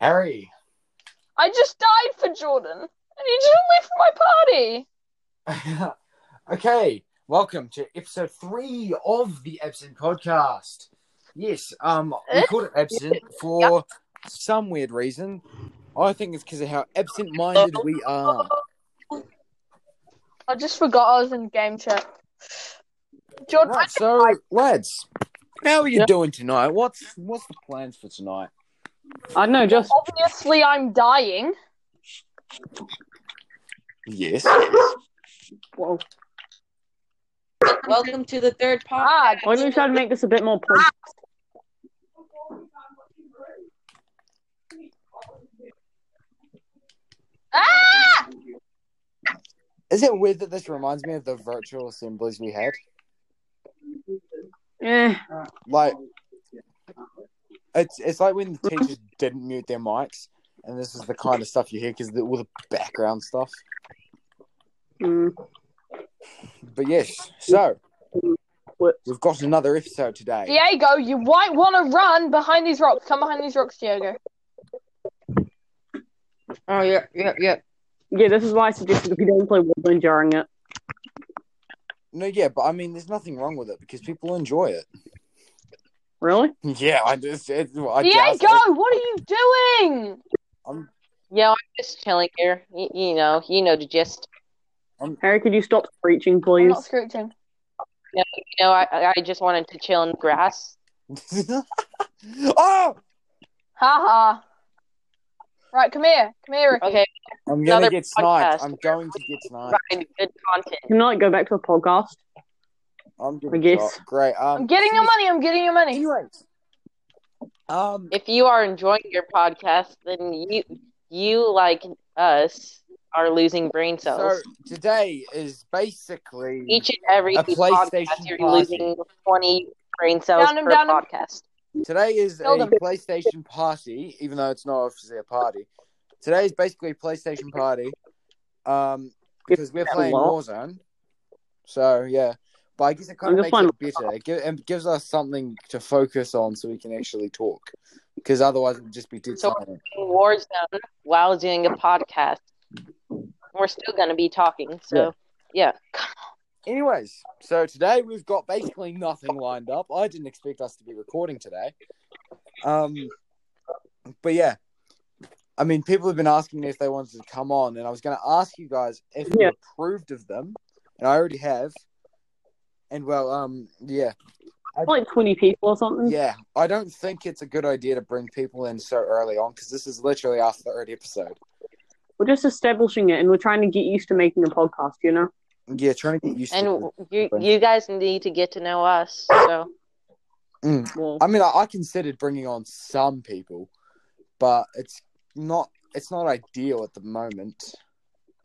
Harry. I just died for Jordan, and he didn't leave for my party. okay, welcome to episode three of the Absent podcast. Yes, um, we Eh? called it Absent for some weird reason. I think it's because of how absent-minded we are. I just forgot I was in game chat. Jordan, Right, so lads, how are you Yeah. doing tonight? What's what's the plans for tonight? I know, just obviously I'm dying. Yes. whoa. Welcome to the third part. Ah, Why don't we try to make this a bit more point? ah! Is it weird that this reminds me of the virtual assemblies we had? Eh, Like, it's it's like when the teachers didn't mute their mics, and this is the kind of stuff you hear because all the background stuff. mm, But yes, so What? we've got another episode today. Diego, you might want to run behind these rocks. Come behind these rocks, Diego. Oh, yeah, yeah, yeah. yeah, this is why I suggested if you don't play Woodland during it. No, yeah, but I mean, there's nothing wrong with it because people enjoy it. Really? Yeah, I just, it, I just- Diego, what are you doing? I'm, Yeah, I'm just chilling here. Y- you know, you know the gist. Harry, could you stop preaching, I'm please? not screeching. You know, I- I, I just wanted to chill in the grass. oh, Ha ha. Right, come here. Come here, Um, Ricky. Okay, I'm gonna Another get sniped. podcast. I'm going to get sniped. fine, good content. Can I like, go back to a podcast? I'm I gonna guess. Great. Um, I'm getting your money. I'm getting your money. Anyways, um, If you are enjoying your podcast, then you, you like us, are losing brain so cells. today is basically Each and every A PlayStation podcast, you're losing 20 brain cells Down 'em, per down 'em. podcast. today is a Hold on. PlayStation party, even though it's not officially a party. Today is basically a PlayStation party, um, because we're playing Hello? Warzone. So yeah, but I guess it kind I'm of just makes it better. It, gi- it gives us something to focus on, so we can actually talk. Because otherwise, it'd just be dead So- silent. In Warzone while doing a podcast. We're still going to be talking, so Anyways, so today we've got basically nothing lined up. I didn't expect us to be recording today. Um, but yeah, I mean, people have been asking me if they wanted to come on, and I was going to ask you guys if you Yeah. approved of them, and I already have. And well, um, yeah, Like 20 people or something? yeah, I don't think it's a good idea to bring people in so early on because this is literally our third episode. We're just establishing it and we're trying to get used to making a podcast, you know? Yeah, trying to get used to. and it. you you guys need to get to know us. So Well, I mean, I, I considered bringing on some people, but it's not it's not ideal at the moment.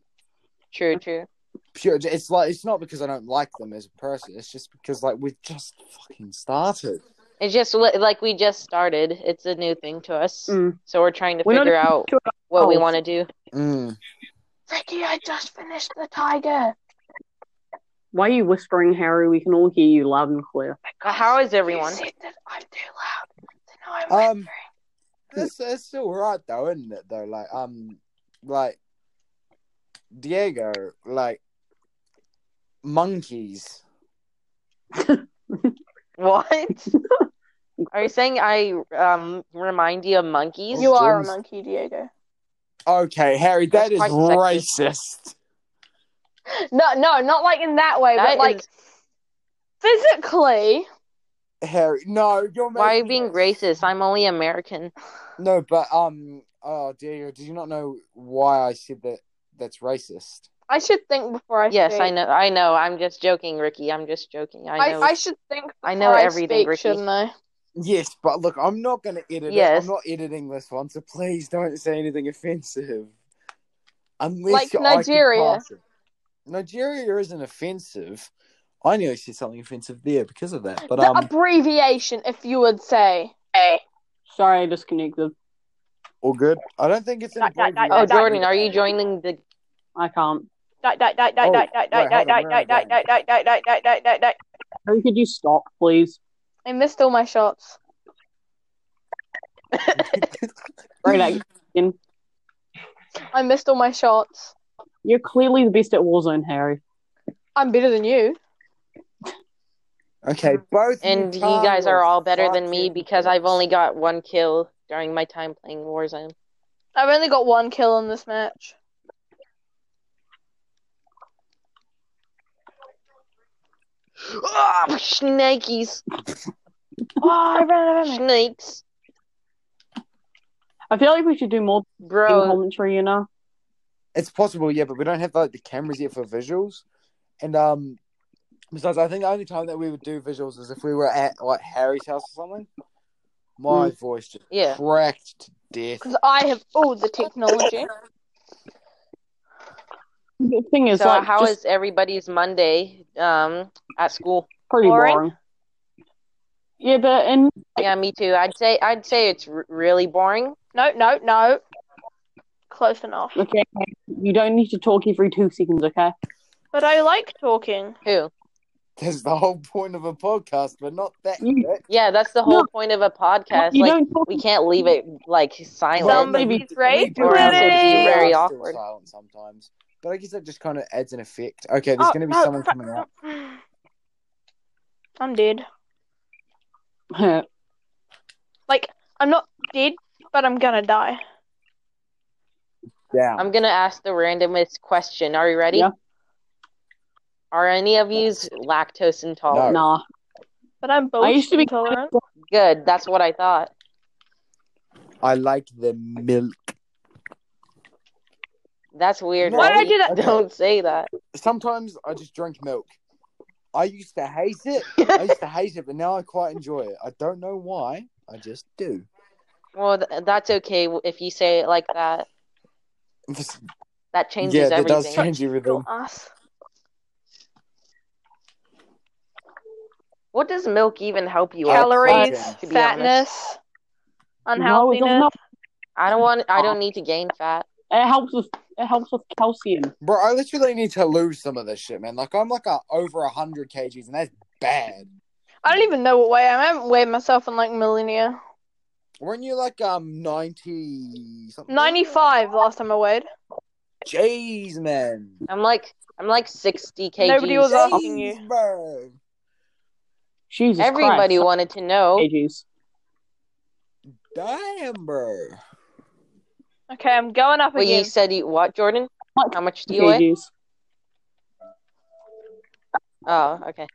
true, true. Pure, it's like it's not because I don't like them as a person. It's just because like we've just fucking started. It's just li- like we just started. It's a new thing to us, Mm. so we're trying to We're not figure out sure what we ourselves. want to do. Mm. Ricky, I just finished the tiger. why are you whispering, Harry? We can all hear you loud and clear. How is everyone? You said that I'm too loud. So now I'm Um, whispering. It's it's all right though, isn't it? Though, like um, like Diego, like monkeys. What are you saying? I um remind you of monkeys? You are a Jordan's- monkey, Diego. Okay, Harry, that That's is quite racist. sexist. No, no, not like in that way, but That like is- physically. Harry, no, you're why are you making being it- racist? I'm only American. No, but um, oh Diego, did you not know why I said that? That's racist. I should think before I Yes, speak. I know. I know. I'm just joking, Ricky. I'm just joking. I I, know. I should think before I know everything, speak, Ricky. Um, shouldn't I? Yes, but look, I'm not going to edit it. Yes. I'm not editing this one, so please don't say anything offensive. Unless Like I can Nigeria. pass it. Nigeria isn't offensive. I nearly said something offensive there because of that. But the um, abbreviation, if you would say. Eh. Hey. Sorry, I disconnected. all good. I don't think it's an Dot, dot, dot, oh, abbreviation. dot, Jordan, are you joining the? I can't. Dot, dot, dot, dot, Oh, dot, dot, dot, wait, hold dot, on, dot, dot, where am I dot, dot, dot, dot, dot, dot, dot. Harry, could you stop, please? I missed all my shots. Right, I- and I missed all my shots. you're clearly the best at Warzone, Harry. I'm better than you. Okay, both. And you guys are all better than me fucking because I've only got one kill during my time playing Warzone. I've only got one kill in this match. Oh, shnikes. Oh, I ran out of ammo. Snakes. I feel like we should do more team Bro, commentary, you know? It's possible, yeah, but we don't have like the cameras yet for visuals. And um, besides, I think the only time that we would do visuals is if we were at like Harry's house or something. My voice just yeah. cracked to death. Because I have all the technology. The thing is, So like, how just is everybody's Monday um at school? pretty boring? boring. Yeah, but in Yeah, me too. I'd say I'd say it's r- really boring. No, no, no. Close enough. okay, you don't need to talk every two seconds, okay? But I like talking. Who? That's the whole point of a podcast, but not that. You- bit. Yeah, that's the whole No. point of a podcast. you Like don't talk we can't leave it like silent. Well, Somebody's we- we right, do have Pretty. some people Very who are awkward. Still silent sometimes, but I guess that just kind of adds an effect. Okay, there's Oh, going to be no, someone fuck, coming out. no. I'm dead. Like, I'm not dead, but I'm gonna die. Down. I'm gonna ask the randomest question. Are you ready? Yeah. Are any of yous lactose intolerant? nah. But I'm both I used to be intolerant. Good. That's what I thought. I like the milk. That's weird. Why Why did I do that? Don't say that. Sometimes I just drink milk. I used to hate it. I used to hate it, but now I quite enjoy it. I don't know why. I just do. Well, th- that's okay if you say it like that. That changes yeah, that everything. does change everything. Us. What does milk even help you? with? Calorie. Calories, Okay. To be fatness, No, it doesn't unhealthiness. help. I don't want. I Oh. don't need to gain fat. It helps with it helps with calcium. Bro, I literally need to lose some of this shit, man. Like I'm like a, over hundred kgs, and that's bad. I don't even know what way I'm. I haven't weighed myself in like millennia. Weren't you like um ninety something? 95 last time I weighed. Jeez, man. I'm like. I'm like 60 kg. Nobody was Jeez, asking you. bro. Jesus Everybody Christ. wanted to know. Kgs. Damn, bro. Okay, I'm going up Wait, again. you said you what, Jordan? What? How much do you weigh? Kgs. Oh, okay.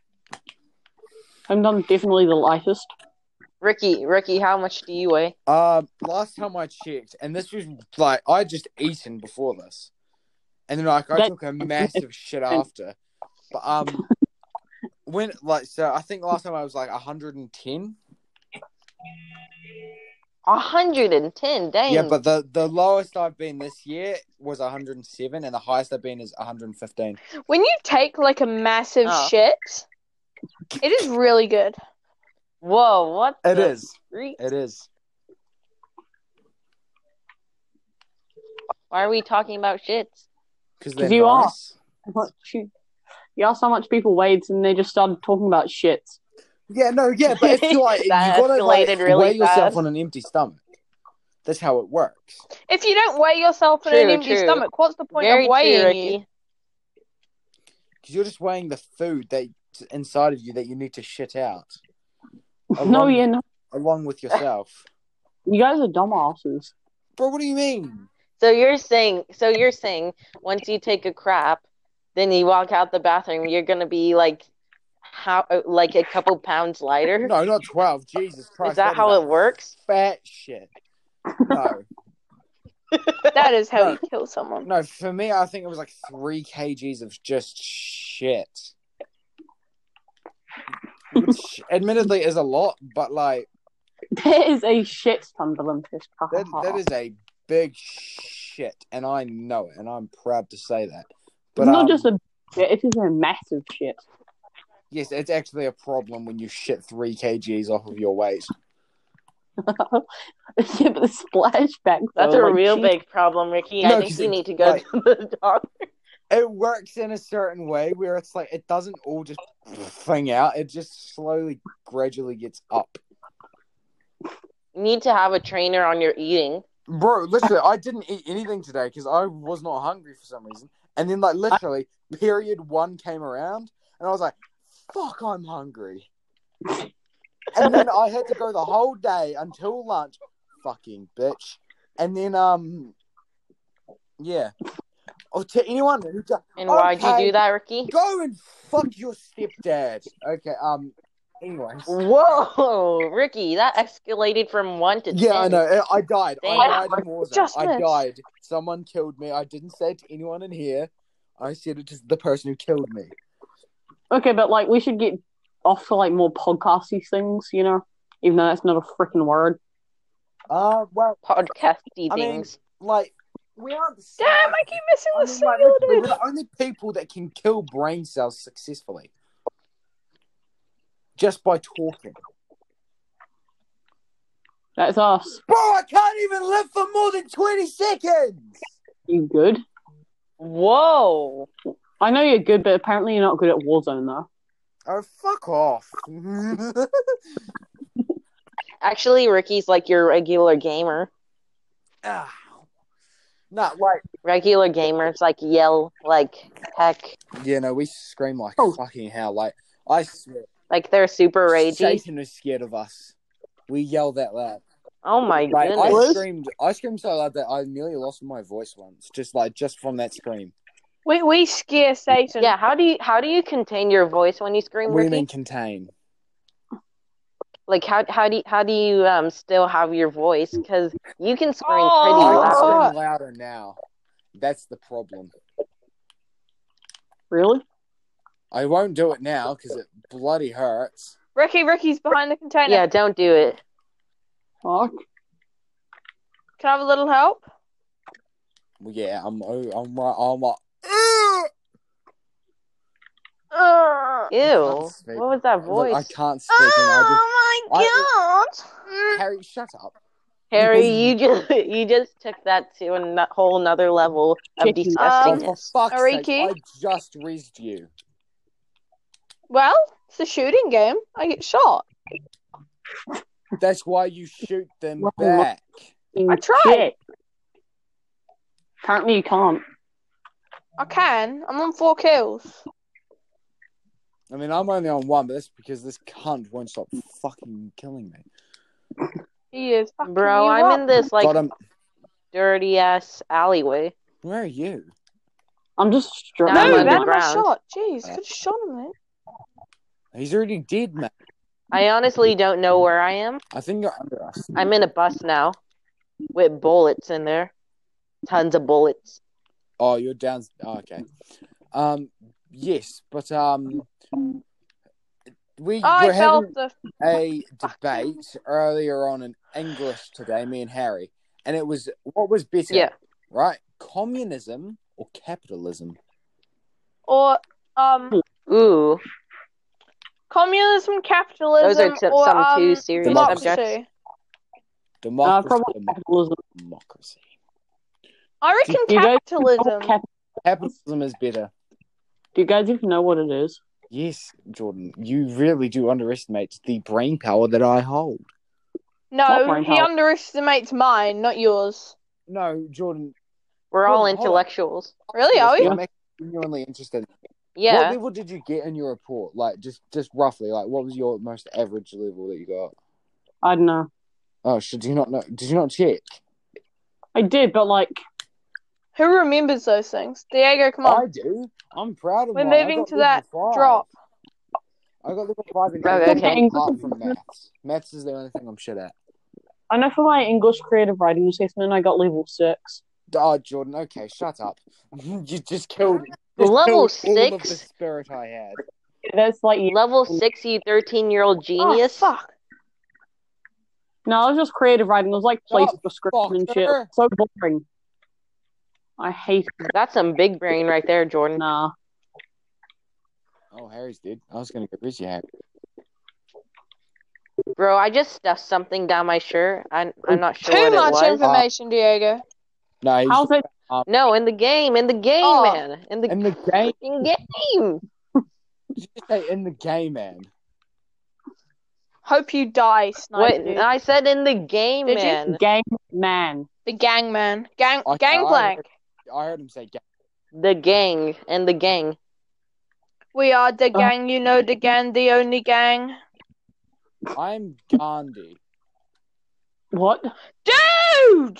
I'm done definitely the lightest. Ricky, Ricky, how much do you weigh? Um, last time I checked, and this was like I just eaten before this, and then like I That- took a massive shit after. But um, when like so, I think last time I was like 110. 110. Dang. Yeah, but the the lowest I've been this year was 107, and the highest I've been is 115. When you take like a massive Oh. shit, it is really good. Whoa, what? It the is. freak? It is. Why are we talking about shits? Because 'Cause they're you are. nice. What? Shoot. You asked how much people weighed, and they just started talking about shit. Yeah, no, yeah, but it's like you That gotta like, escalated really weigh yourself fast. on an empty stomach. That's how it works. If you don't weigh yourself in an True, empty true. stomach, what's the point Very of true, weighing Ricky. you? Because you're just weighing the food that inside of you that you need to shit out. No, Along- yeah, no. Along with yourself. You guys are dumbasses. Bro, what do you mean? So you're saying, so you're saying, once you take a crap, then you walk out the bathroom, you're gonna be like, how, like a couple pounds lighter? No, not 12. Jesus Christ. Is that how is it works? Fat shit. No, That is how you kill someone. no, for me, I think it was like three kgs of just shit. Which admittedly is a lot, but like, That is a shit ton of Olympus. Ha, ha, that, ha. that is a big shit, and I know it, and I'm proud to say that. But it's not um, just a shit, it is a massive shit. yes, it's actually a problem when you shit three kgs off of your weight. yeah, but the splashback. That's though, a like, real she- big problem, Ricky. No, I think 'cause you it- need to go like- to the doctor. it works in a certain way where it's like it doesn't all just thing out. It just slowly, gradually gets up. You need to have a trainer on your eating. bro, literally, I didn't eat anything today because I was not hungry for some reason. And then, like, literally, period one came around, and I was like, "Fuck, I'm hungry." and then I had to go the whole day until lunch. Fucking bitch. And then, um, yeah. Oh, to anyone who do- And why'd you Okay. do that, Ricky? go and fuck your stepdad. Okay. Um. Anyways. Whoa, Ricky, that escalated from one to Yeah, ten. I know. I I died. I Damn. died in Warzone. Just I missed. died. Someone killed me. I didn't say it to anyone in here. I said it to the person who killed me. Okay, but like we should get off to like more podcasty things, you know, even though that's not a freaking word. Uh, well, Podcasty I mean, things. like we aren't. The same. Damn, I keep missing I the mean, like, literally, singular we're dude. the only people that can kill brain cells successfully just by talking. That's us. Bro, I can't even live for more than twenty seconds. You good? Whoa. I know you're good, but apparently you're not good at Warzone though. Oh, fuck off. Actually, Ricky's like your regular gamer. Ow. Not like. Regular gamers like yell like heck. Yeah, no, we scream like Oh. fucking hell. Like I swear, Like they're super ragey. Satan is scared of us. We yell that loud. Oh my Like goodness. I screamed, I screamed so loud that I nearly lost my voice once, just like just from that scream. We we scare Satan. Yeah, how do you how do you contain your voice when you scream, What do you Ricky? mean contain? Like how how do you, how do you um still have your voice? Because you can scream pretty Oh. I loud. scream louder now. That's the problem. Really? I won't do it now because it bloody hurts. Ricky, Ricky's behind the container. Yeah, don't do it. Fuck. Can I have a little help? Well, yeah, I'm. oh, I'm right. I'm like. Uh, Ew. can't speak. What was that Look, voice? I can't speak. and I Oh my just, Mm. god. Harry, shut up. Harry, you just you just took that to a no- whole another level of Kicking Oh, for disgustingness. fuck's sake! Ariki? I just rezzed you. Well, it's a shooting game. I get shot. That's why you shoot them Well, back. I tried. Shit. Apparently you can't. I can. I'm on four kills. I mean, I'm only on one, but that's because this cunt won't stop fucking killing me. He is. fucking Bro, you I'm up. in this like Got him. dirty ass alleyway. um, Where are you? I'm just straight. I'm No, on the that's my ground. shot. Jeez, could have shot him then. He's already dead, man. I honestly don't know where I am. I think you're under us. I'm in a bus now with bullets in there. Tons of bullets. Oh, you're down. Oh, okay. Um, yes, but um, we I were fell having off the. a debate earlier on in English today, me and Harry, and it was what was better, Yeah. right? Communism or capitalism? Or um, Ooh. communism, Those capitalism, are t- or some um, too serious democracy. subjects. democracy. Uh, Democracy. probably capitalism. democracy. I reckon Do you guys know capitalism. what cap- Capitalism is better. Do you guys even know what it is? Yes, Jordan, you really do underestimate the brain power that I hold. Not No, mine, he Hal. underestimates mine, not yours. No, Jordan, We're all Hold on, hold on. intellectuals. Really? Are we? I'm actually genuinely interested. What Yeah. level did you get in your report? Like, just just roughly, like, what was your most average level that you got? I don't know. Oh, should you not know? Did you not check? I did, but like Who remembers those things? Diego, come I on. do. I'm proud of. We're mine. I moving got to level that five. Drop. I got level five in Oh, English, okay. apart from maths. Maths is the only thing I'm shit at. I know for my English creative writing assessment, I got level six. Oh, Jordan, okay, shut up. you just killed. just Level killed All of the six? spirit I had. That's like Level six, you 13 year old genius. Oh, fuck. no, it was just creative writing. It was like place Oh, description and shit. fucker. So boring. I hate it. That's some big brain right there, Jordan. Nah. Oh, Harry's dead. I was gonna go busy Harry. Bro, I just stuffed something down my shirt. I'm, I'm not sure Too what much it was. information, Diego. No, he's How's that? No, in the game, in the game, Oh. man, in the in the game. in game. Did you say in the game, man? Hope you die, What Sniper. I said in the game, Did you? man. Game man. The gang man. Gang I- gangplank. I heard him say ga- The gang and the gang. We are Uh. the gang, you know the gang, the only gang. I'm Gandhi. What? Dude!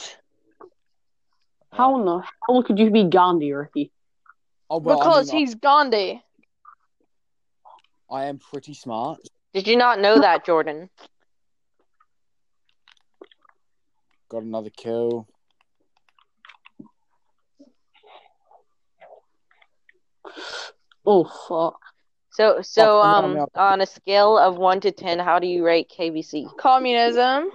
How in the hell could you be Gandhi, Ricky? Oh, well, because I mean, he's Gandhi. I am pretty smart. Did you not know that, Jordan? Got another kill. Oh fuck! So so Oh, no, um no. on a scale of one to ten, how do you rate KBC? Communism.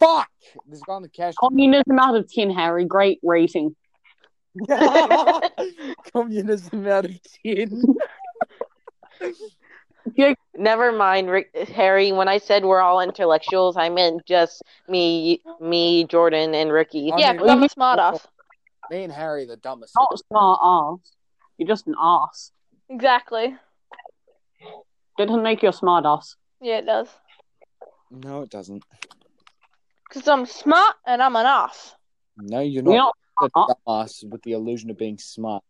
Fuck! There's Gandhi cash. Communism out of ten, Harry. Great rating. Communism out of tin. Never mind, Rick, Harry. When I said we're all intellectuals, I meant just me, me, Jordan, and Ricky. I yeah, mean, because I'm we- a smart ass. Me and Harry, the dumbest. Not smart ass. You're just an ass. Exactly. That doesn't make you a smart ass. Yeah, it does. No, it doesn't. Because I'm smart and I'm an ass. No, you're You're not not a smart. dumbass with the illusion of being smart.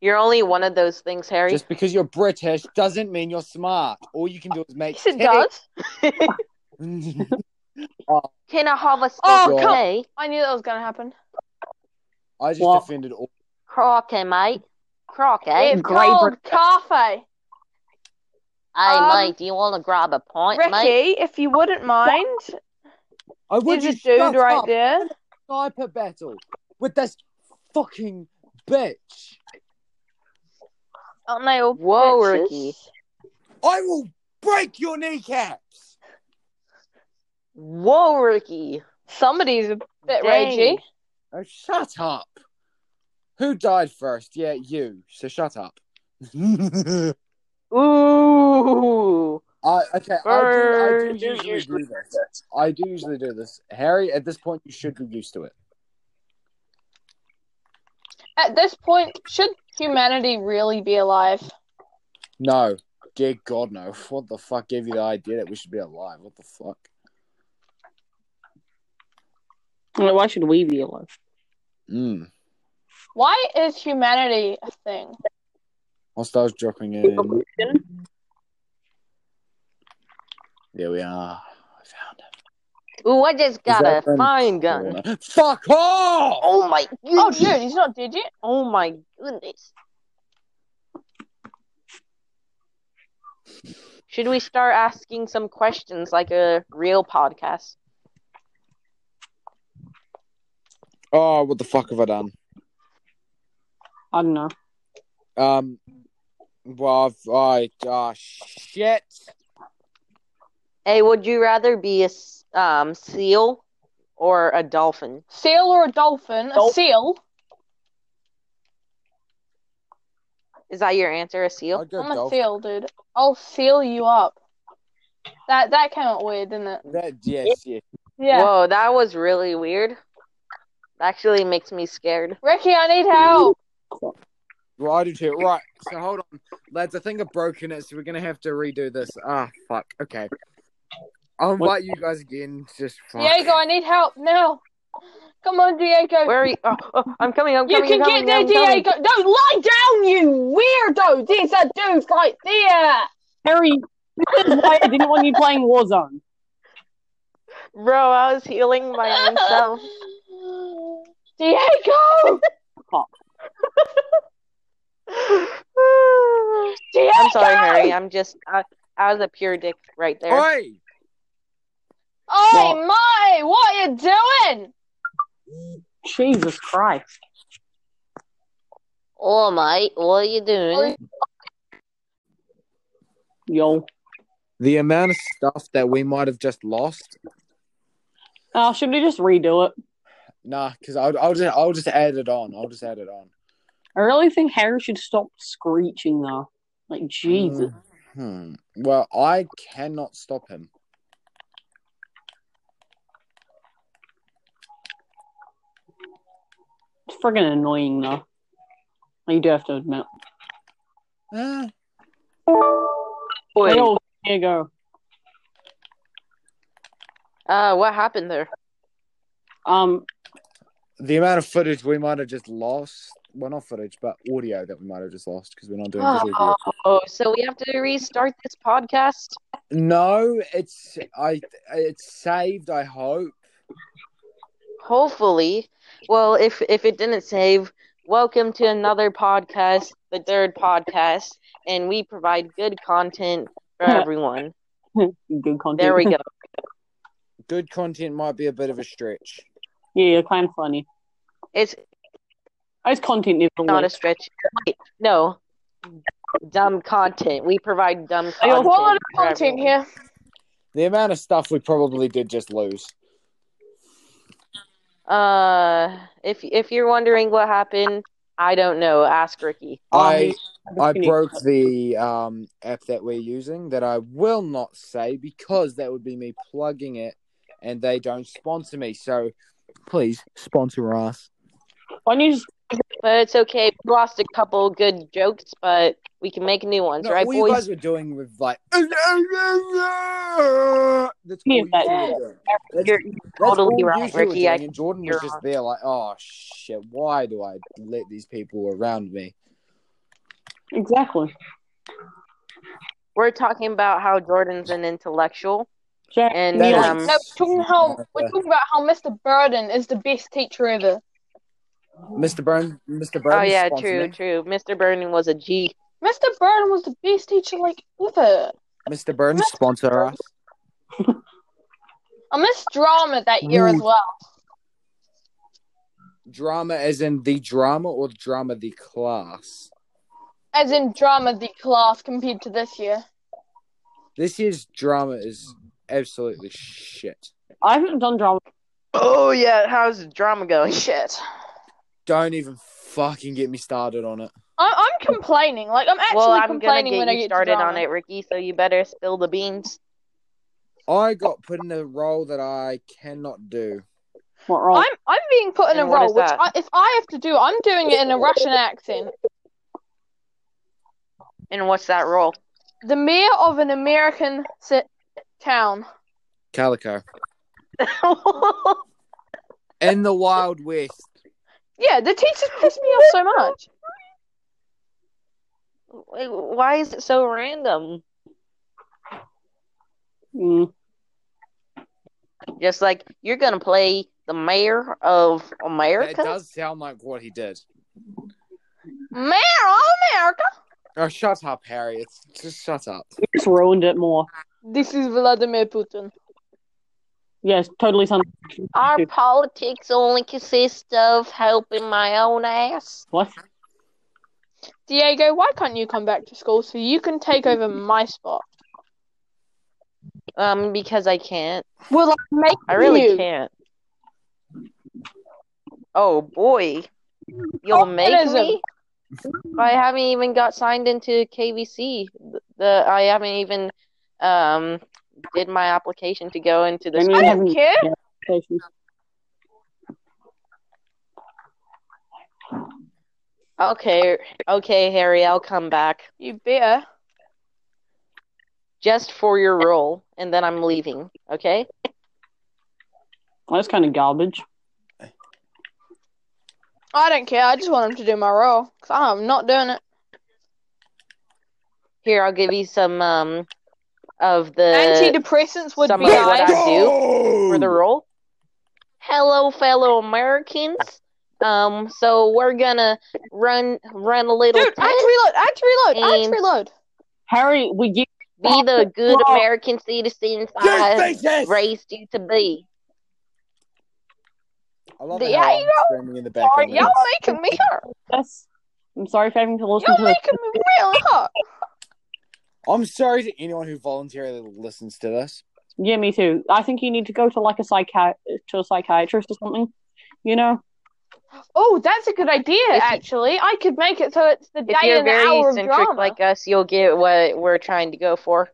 You're only one of those things, Harry. Just because you're British doesn't mean you're smart. All you can do is make Yes, it does. sense. Can I have a Oh, stick come- today? I knew that was going to happen. I just Well- offended all. Croquet, mate. Croquet. It's great called coffee. Hey, Um, mate, do you want to grab a pint, Ricky, mate? if you wouldn't mind, I would there's a you dude shut right up? there. Sniper battle with this fucking bitch. Aren't they all Whoa, bitches? Ricky. I will break your kneecaps. Whoa, Ricky. Somebody's a bit Dang. ragey. Oh, shut up. Who died first? Yeah, you. So shut up. I, Ooh. okay, I do, I Burn. do usually do this. I do usually do this. Harry, at this point, you should be used to it. At this point, should humanity really be alive? No. Dear God, no. What the fuck gave you the idea that we should be alive? What the fuck? Like, Why should we be alive? Mm. Why is humanity a thing? I'll start dropping in. There we are. I found it. Ooh, I Is just got a that from- fine gun. Fuck off! Oh, my Oh, goodness. dude, he's not dead yet. Oh, my goodness. Should we start asking some questions like a real podcast? Oh, what the fuck have I done? I don't know. Um, well, I've, I, ah, shit. Hey, would you rather be a s- um, seal or a dolphin? Seal or a dolphin? A Dol- seal? Is that your answer, a seal? I'd go I'm a dolphin. seal, dude. I'll seal you up. That that came out weird, didn't it? That, yes, yes. Yeah. Whoa, that was really weird. That actually makes me scared. Ricky, I need help. Well, I do too. Right. So hold on, lads. I think I've broken it, so we're gonna have to redo this. Ah, fuck. Okay. I'll invite you guys again. Just fuck. Diego, I need help now. Come on, Diego. Where are you? Oh, oh, I'm coming. I'm you coming. can I'm get coming, there, I'm coming. Diego. No, lie down, you weirdo. There's a dude right there. Harry, this is why I didn't want you playing Warzone. Bro, I was healing my own self. Diego! Diego! I'm sorry, Harry. I'm just. I, I was a pure dick right there. Oi! Oh my! What are you doing? Jesus Christ. Oh, mate. What are you doing? Yo. The amount of stuff that we might have just lost. Uh, should we just redo it? Nah, because I'll, I'll just I'll just add it on. I'll just add it on. I really think Harry should stop screeching though. Like Jesus. Mm. Hmm. Well, I cannot stop him. It's friggin' annoying though. You do have to admit. Ah, Wait. Yo, oh, here you go. Ah, Uh, what happened there? Um the amount of footage we might have just lost. Well, not footage, but audio that we might have just lost because we're not doing visual. Oh, so we have to restart this podcast. No, it's I. It's saved. I hope. Hopefully. Well, if if it didn't save, welcome to another podcast, the third podcast, and we provide good content for everyone. Good content. There we go. Good content might be a bit of a stretch. Yeah, kind of funny. It's It's content is the not a word. stretch. Wait, no. Dumb content. We provide dumb I content. don't- Quality for content everyone. here. The amount of stuff we probably did just lose. Uh, if if you're wondering what happened, I don't know. Ask Ricky. I I Opportunity. broke the um, app that we're using that I will not say because that would be me plugging it, and they don't sponsor me. So please sponsor us. Why don't you just But it's okay. We lost a couple good jokes, but we can make new ones, No, right, all you boys? guys were doing with like. That's all Yeah, you that- were doing. That's- You're That's totally all right, you were Ricky. I- doing, and Jordan was you're just there, like, oh shit, why do I let these people around me? exactly? We're talking about how Jordan's an intellectual, Jack, and That Yeah. um, No, we're talking how we're talking about how Mr. Burden is the best teacher ever. Mr. Burn, Mr. Burn. oh yeah, sponsor true, me. true. Mr. Burning was a G. Mr. Burden was the best teacher like ever. Mr. Burn, sponsor us. I missed drama that year as Rude. well. Drama, as in the drama or drama the class. As in drama the class compared to this year. This year's drama is absolutely shit. I haven't done drama. Oh yeah, how's the drama going? Shit. Don't even fucking get me started on it. I- I'm complaining. Like I'm actually Well, I'm gonna complaining get when I you get started on it. it, Ricky. So you better spill the beans. I got put in a role that I cannot do. What wrong? I'm I'm being put in And a what role, is which that? I, if I have to do, I'm doing it in a Russian accent. And what's that role? The mayor of an American si- town. Calico. In the Wild West. Yeah, the teachers pissed me off so much. Why is it so random? Mm. Just like you're gonna play the mayor of That America. does sound like what he did. Mayor of America. Oh, shut up, Harry. It's just shut up. You just ruined it more. This is Vladimir Putin. Yes, totally something. Our politics only consist of helping my own ass. What? Diego, why can't you come back to school so you can take over my spot? Um, because I can't. Well, I make I really you. can't. Oh boy, Oh, you'll make Communism. me. I haven't even got signed into KVC. The I haven't even um did my application to go into the I school. mean- I don't care. Okay, okay, Harry, I'll come back You better. just for your role, and then I'm leaving. Okay. That's kind of garbage. I don't care. I just want him to do my role because I'm not doing it. Here, I'll give you some um of the Antidepressants would some be of what nice. I Uh, do for the role. Hello, fellow Americans. Um, so we're gonna run run a little Dude, add test. reload, add reload, add And- reload. Harry, we get Be the good Wow. American citizens I raised you to be. I love The- the yeah, yeah, you know- screaming in the back. Sorry, y'all making me hurt. this. I'm sorry for having to listen Y'all to this. making me really hurt. I'm sorry to anyone who voluntarily listens to this. Yeah, me too. I think you need to go to like a psychiat to a psychiatrist or something. You know, Oh, that's a good idea. If you- actually, I could make it so it's the If day you're and the very hour of eccentric drama. like us, you'll get what we're trying to go for.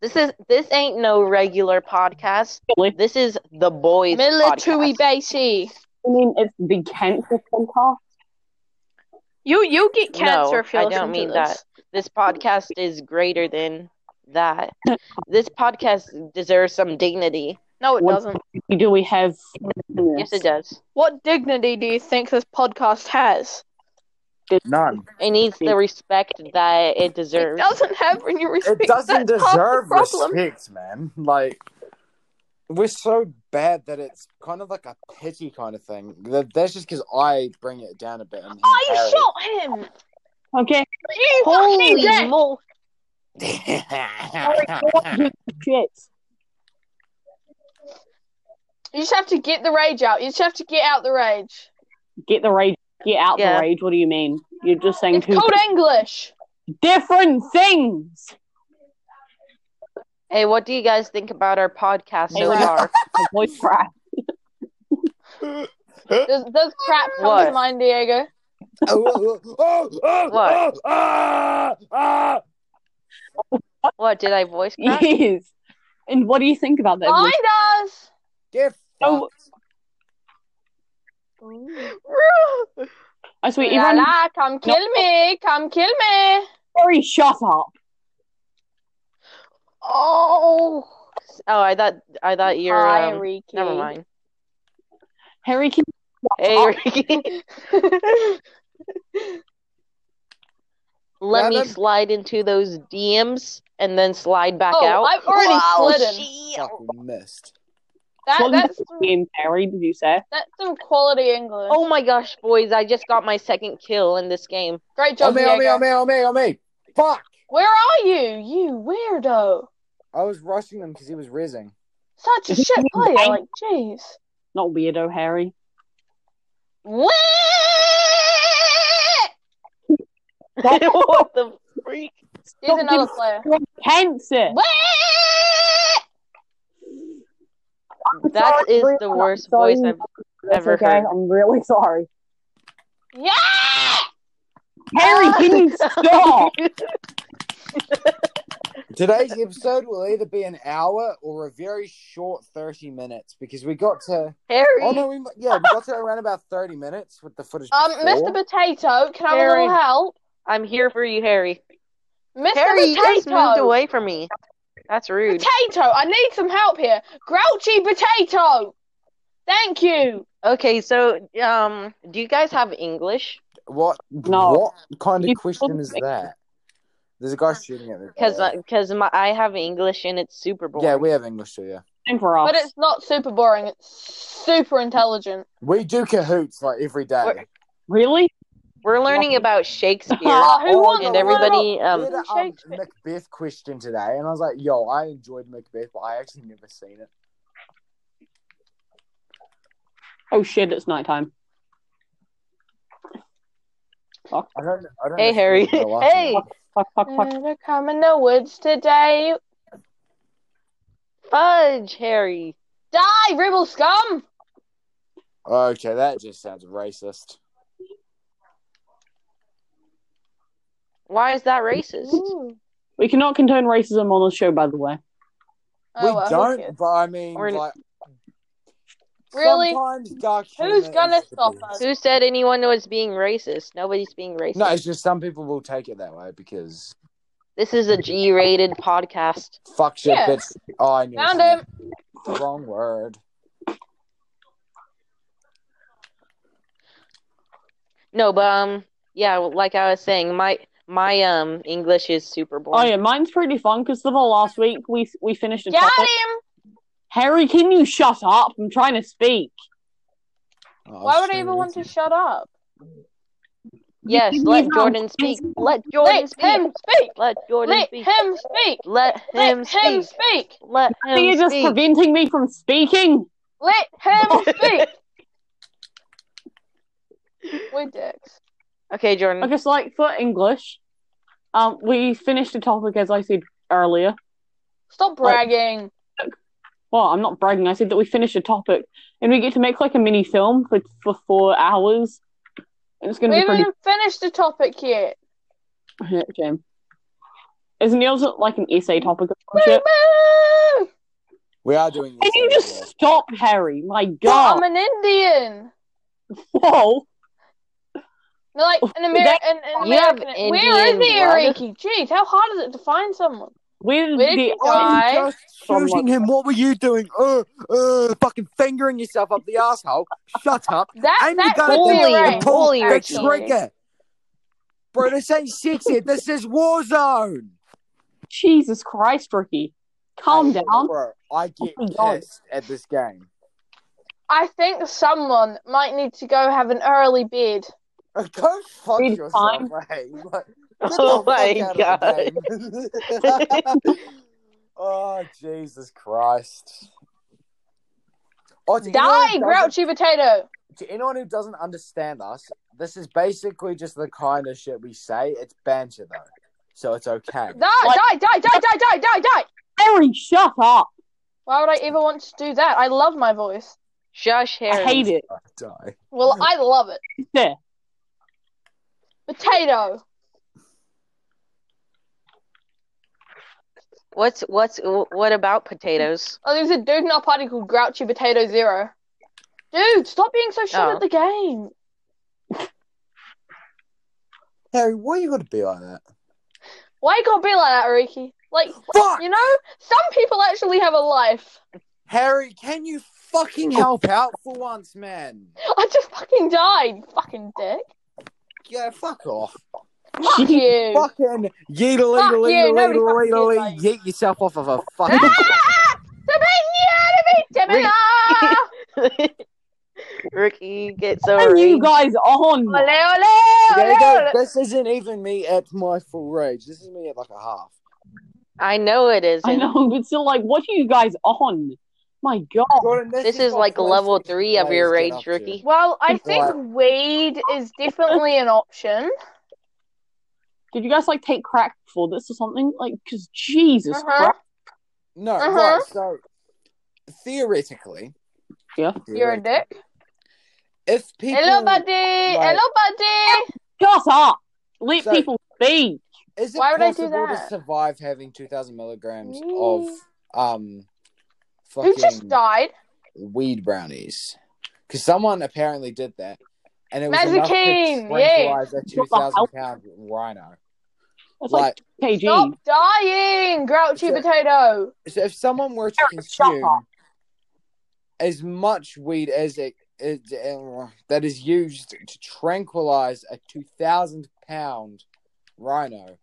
This is this ain't no regular podcast. Really? This is the boys Military podcast. Beatty. I mean, it's the cancer podcast. You you get cancer No, if you I listen don't to mean this. that. This podcast is greater than that. This podcast deserves some dignity. No, it What- doesn't. Do we have? Yes, it does. What dignity do you think this podcast has? None. It needs the respect that it It deserves. doesn't have when you It respect. doesn't That's half the deserve problem. respect, man. Like we're so bad that it's kind of like a pity kind of thing. That, that's just because I bring it down a bit. And he I carries shot him. Okay. You fucking Holy dick. mo! it. Shit. You just have to get the rage out. You just have to get out the rage. Get the rage. Get out Yeah. the rage. What do you mean? You're just saying It's two called English. different things. Hey, what do you guys think about our podcast so Right. far? Avoid crap. Does, does crap come What? to mind, Diego? oh, oh, oh, What? oh, ah, ah. What did I voice crack? Yes. And what do you think about that? Mine does. Get Oh. fucked. I swear, la, everyone, la, come kill me. Come kill me. Harry, shut up. Oh. Oh, I thought I thought you're. Hi, um, Ricky. never mind. Harry, can Hey, Ricky. Let Yeah, me that- slide into those DMs and then slide back Oh, out. I've already Wow, slid in. she- Fucking missed. That, what that's, was your name, Harry? Did you say? that's some quality English. Oh my gosh, boys! I just got my second kill in this game. Great Oh job, me, Diego. oh me, oh me, oh me, oh me. Fuck! Where are you, you weirdo? I was rushing them because he was rizzing. Such a shit player. I- Like, jeez. Not weirdo, Harry. Wee! what the freak? He's Don't another give- player. Cancer. Wee! That is Sorry, the I'm worst sorry. voice I've That's ever okay. heard. I'm really sorry. Yeah! Harry, can you stop? Today's episode will either be an hour or a very short 30 minutes because we got to. Harry. Oh, no, we, yeah, we got to around about 30 minutes with the footage. Um, before. Mr. Potato, can I have a Harry. little help? I'm here for you, Harry. Mr. Harry, you just moved Potato! away from me. That's rude. Potato, I need some help here. Grouchy Potato! Thank you! Okay, so um, do you guys have English? What, No. what kind of You- question is that? There's a guy shooting at me. Because uh, I have English and it's super boring. Yeah, we have English too, yeah. Time for Oh. us. But it's not super boring, it's super intelligent. We do cahoots like every day. We're- really We're learning about Shakespeare Ah, Uh, who Oh, won no, and the everybody. we had Um, a um, Shakespeare. Macbeth question today, and I was like, yo, I enjoyed Macbeth, but I actually never seen it. Oh shit! It's nighttime. I don't, I don't hey, know Harry. if people know us or hey, not. Fuck! Fuck! Fuck! Never come in the woods today. fudge, Harry. Die, Ribble Scum! Okay, that just sounds racist. Why is that racist? Ooh. We cannot condone racism on the show, by the way. Oh, we well, who don't, cares? but I mean, We're- like, Really? Sometimes dark Who's humor gonna is the stop best. us? Who said anyone was being racist? Nobody's being racist. No, it's just some people will take it that way because This is a G-rated podcast. fuck shit, Yeah. bitch. Oh, I knew Found it. him. The wrong word. No, but um, yeah, like I was saying, my my um English is super Oh boring. yeah, mine's pretty fun because the whole last week we we finished a Got topic. him! Harry, can you shut up? I'm trying to speak. Oh, I was Why would I trying even want to read shut up? Yes, You let know, Jordan speak. Let Jordan Let speak. him speak! Let Jordan Let speak. him speak! Let Let him him speak. speak! Let Are you him just speak. preventing me from speaking? Let him speak! We're dicks. Okay, Jordan. Okay, so like for English, um, we finished a topic as I said earlier. Stop bragging. Well, I'm not bragging. I said that we finished a topic, and we get to make like a mini film for for four hours, and it's going we to be haven't pretty even finished the topic yet. Yeah, Jim. Isn't yours like an essay topic? Or some Boo, shit? boo! We are doing Can this. you just stop, Harry? My Well, I'm God! an Indian. Whoa! They're Like an That- American, an, an You have American. Where is Indian the blood? Iraqi? Jeez, how hard is it to find someone? with Where did the Oh, you die? I was just Someone- shooting him. What were you doing? Uh, uh, fucking fingering yourself up the asshole. Shut up. That, Aim your that gun holy- at them theory- and pull holy the actually. trigger. Bro, this ain't six here. This is Warzone. Jesus Christ, Ricky, calm Hey, down. Bro, I get Fucking go. pissed at this game. I think someone might need to go have an early bed. Go fuck Read yourself, fine. hey. Like, Get the Oh fuck my out of god. the game. oh Jesus Christ! Oh, to anyone Die, who doesn't- grouchy potato. To anyone who doesn't understand us, this is basically just the kind of shit we say. It's banter though, so it's okay. Die, die, die, die, die, die, die, die. Harry, shut up. Why would I ever want to do that? I love my voice. Josh I Harris. hate it. Die. Well, I love it. There. Potato. What's what's what about potatoes? Oh, there's a dude in our party called Grouchy Potato Zero. Dude, stop being so shit Oh. at the game. Harry, why you gotta be like that? Why you gotta be like that, Ariki? Like, Fuck, you know, some people actually have a life. Harry, can you fucking help out for once, man? I just fucking died, fucking dick. Yeah, fuck off. Fuck you. Fucking yeetle, Fuck yeetle, yeetle, you, nobody yeetle, fucking yeetle, cares, yeet yourself off of a fucking. Ah! The big enemy, Timmy! Ah! Ricky gets so Turn you raged. guys on. Ole, ole, There you ole, go. ole. This isn't even me at my full rage. This is me at like a half. I know it isn't. I know, but still, like, what are you guys on? My Oh, God. Jordan, This is what like level PlayStation three of your players get rage, up to. Ricky. Well, I Right. think weed is definitely an option. Did you guys like take crack before this or something? Like, because Jesus Uh-huh. Christ, No, Uh-huh. right. So theoretically, Yeah. You're a dick. If people, Hello, buddy. Hello, buddy. shut up. Let So- people be. is it Why would I do possible that? to survive having two thousand milligrams of Mm. um Who just fucking died? weed brownies? Because someone apparently did that, and it was enough Mazikeen, to yeah. tranquilize a two thousand pound rhino. It's Like, like, KG. Stop dying, grouchy Is it- potato. So if someone were to Eric, shut consume up. as much weed as it, it uh, that is used to tranquilize a two thousand pound rhino,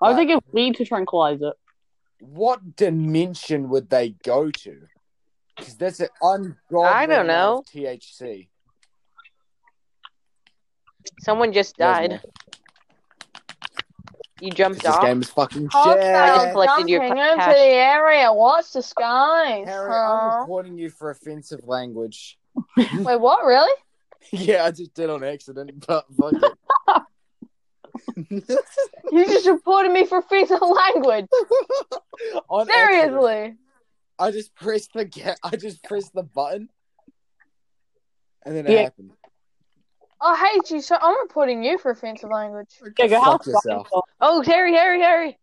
I would Like- think if we to tranquilize it. what dimension would they go to? Because that's an ungodly I don't amount know. of THC. Someone just Doesn't died. it? You 'Cause jumped This off. game is fucking Hostile shit. Hostile. collected your jumping cash. into the area. What's the skies? Harry, huh? I'm recording you for offensive language. oh. Wait, what? Really? yeah, I just did on accident, but fuck it. You just reported me for fetal language. On accident. Seriously. I just pressed the get. I just pressed the button, and then it Yeah. happened. I hate you so. I'm reporting you for offensive language. Yeah, go Fuck house yourself. Oh, Harry, Harry, Harry.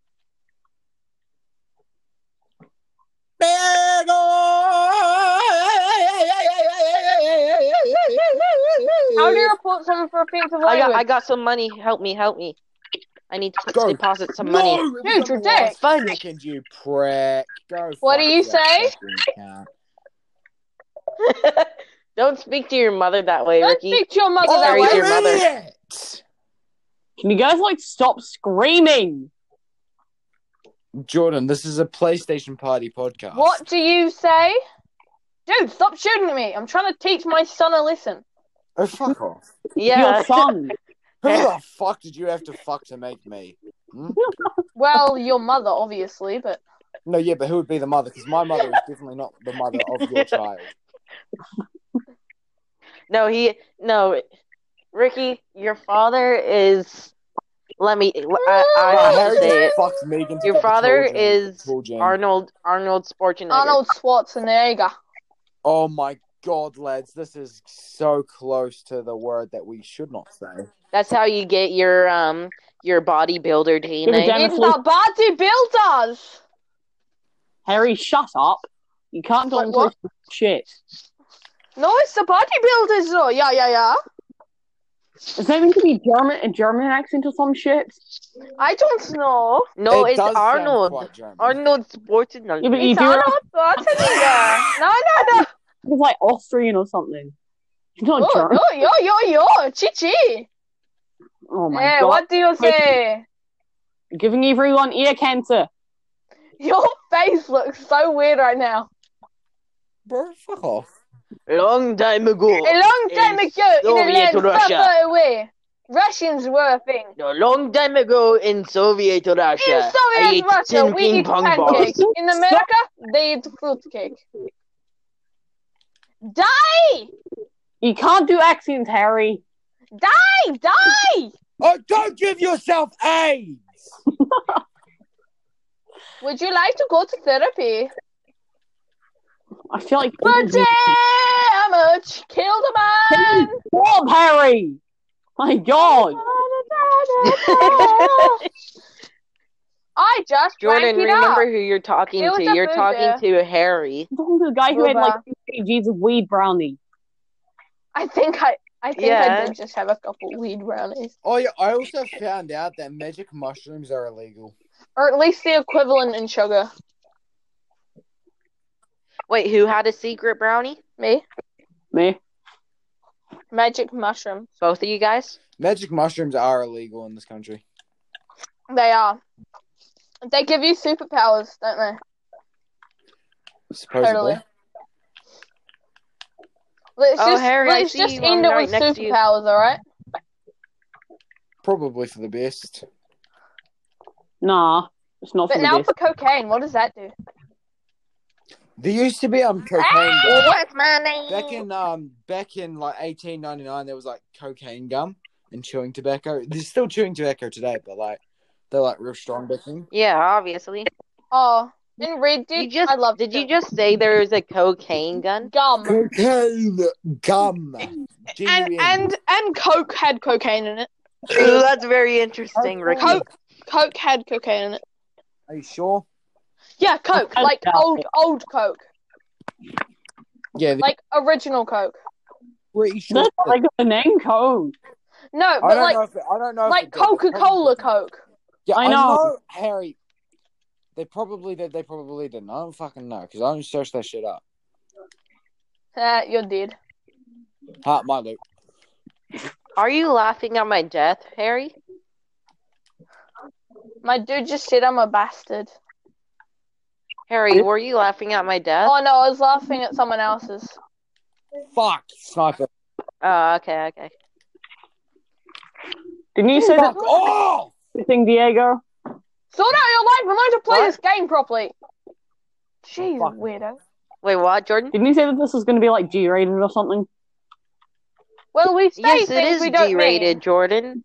How do you report someone for offensive I language? got, I got some money. Help me, help me. I need to Go. deposit some No, money. it was Dude, on you're the last dick. Second, you prick. Go. fuck What do you say? fucking cunt. Don't speak to your mother that way, Don't Ricky. speak to your Oh, mother that Sorry, way. dear I'm mother. idiot. Can you guys like stop screaming? Jordan, this is a PlayStation Party podcast. What do you say? Dude, stop shooting at me. I'm trying to teach my son a lesson. Oh, fuck off. Yeah. Your son. Who the fuck did you have to fuck to make me? Well, your mother, obviously, but No, yeah, but who would be the mother? Because my mother is definitely not the mother of your child. No, he no. Ricky, your father is. Let me. I, I Bro, have Harry to say it. just fucks Megan. to Your fuck a father children. is Children. Arnold Arnold Schwarzenegger. Arnold Schwarzenegger. Oh my god, lads, this is so close to the word that we should not say. That's how you get your um your bodybuilder DNA. Jennifer- It's the bodybuilders. Harry, shut up. You can't go Like on what? shit. No, it's the bodybuilders, though. Yeah, yeah, yeah. Is that going to be German a German accent or some shit? I don't know. No, It it's does sound Arnold. quite German. Arnold Schwarzenegger. Yeah, but you It's do it Arnold Schwarzenegger. No, no, no. it's like Austrian or something. It's not Oh, German. oh, yo, yo, yo, Chi Chi. Oh my Hey, god! what do you say? Giving everyone ear cancer. Your face looks so weird right now. Bro, fuck off. Long time ago. A long time In ago, in a Soviet land far, Russia. far away, Russians were a thing. No, long time ago in Soviet Russia. In I Soviet ate Russia, tin we ping eat pong pancake. balls. In America, they eat fruitcake. Die! You can't do accents, Harry. Die! Die! Oh, don't give yourself AIDS. Would you like to go to therapy? I feel like But damage killed a man! Bob Harry. My God. I just Jordan, drank it remember up. who you're talking It was to. a You're food talking to Harry. I'm talking to the guy who had like Boba. 50 G's of weed brownie. I think I, I think I Yeah. did just have a couple weed brownies, Oh yeah, I also found out that magic mushrooms are illegal. or at least the equivalent in sugar. Wait, who had a secret brownie? Me, Me. magic mushroom. Both of you guys? Magic mushrooms are illegal in this country. They are. They give you superpowers, don't they? Supposedly. Totally. Let's Oh, just, Harry, I let's see just you. end I'm it right with next to you. superpowers, all right? Probably for the best. Nah. It's not But for the now best. for cocaine, what does that do? There used to be um cocaine Ah! gum. what's my name? Back in um back in like eighteen ninety nine there was like cocaine gum and chewing tobacco. There's still chewing tobacco today, but like they're like real strong back then. Yeah, obviously. Oh, in Red Dead, You just I love. Did you gum. just say there is a cocaine gun? gum? Cocaine gum. And Genuine. and and Coke had cocaine in it. That's very interesting, Ricky. Oh, Coke, Coke had cocaine in it. Are you sure? Yeah, Coke, Oh, like yeah. old old Coke, Yeah, they're like original Coke. pretty sure. That's like the name code. No, I but don't know like if it, I don't know if like it does, but Coca Cola probably- Coke. Yeah, I I know. know. Harry. They probably did. They probably didn't. I don't fucking know because I don't search that shit up. Ah, you're dead. Heart my loop. Are you laughing at my death, Harry? My dude just said I'm a bastard. Harry, were you laughing at my death? Oh no, I was laughing at someone else's. Fuck sniper. Oh, okay, okay. Didn't you say Fuck that off. thing, Diego? Sort out your life. Remind you to play What? this game properly. Jeez, Fuck. weirdo. Wait, what, Jordan? Didn't you say that this was going to be like G rated or something? Well, we say Yes, it things is we don't G-rated, mean. Jordan.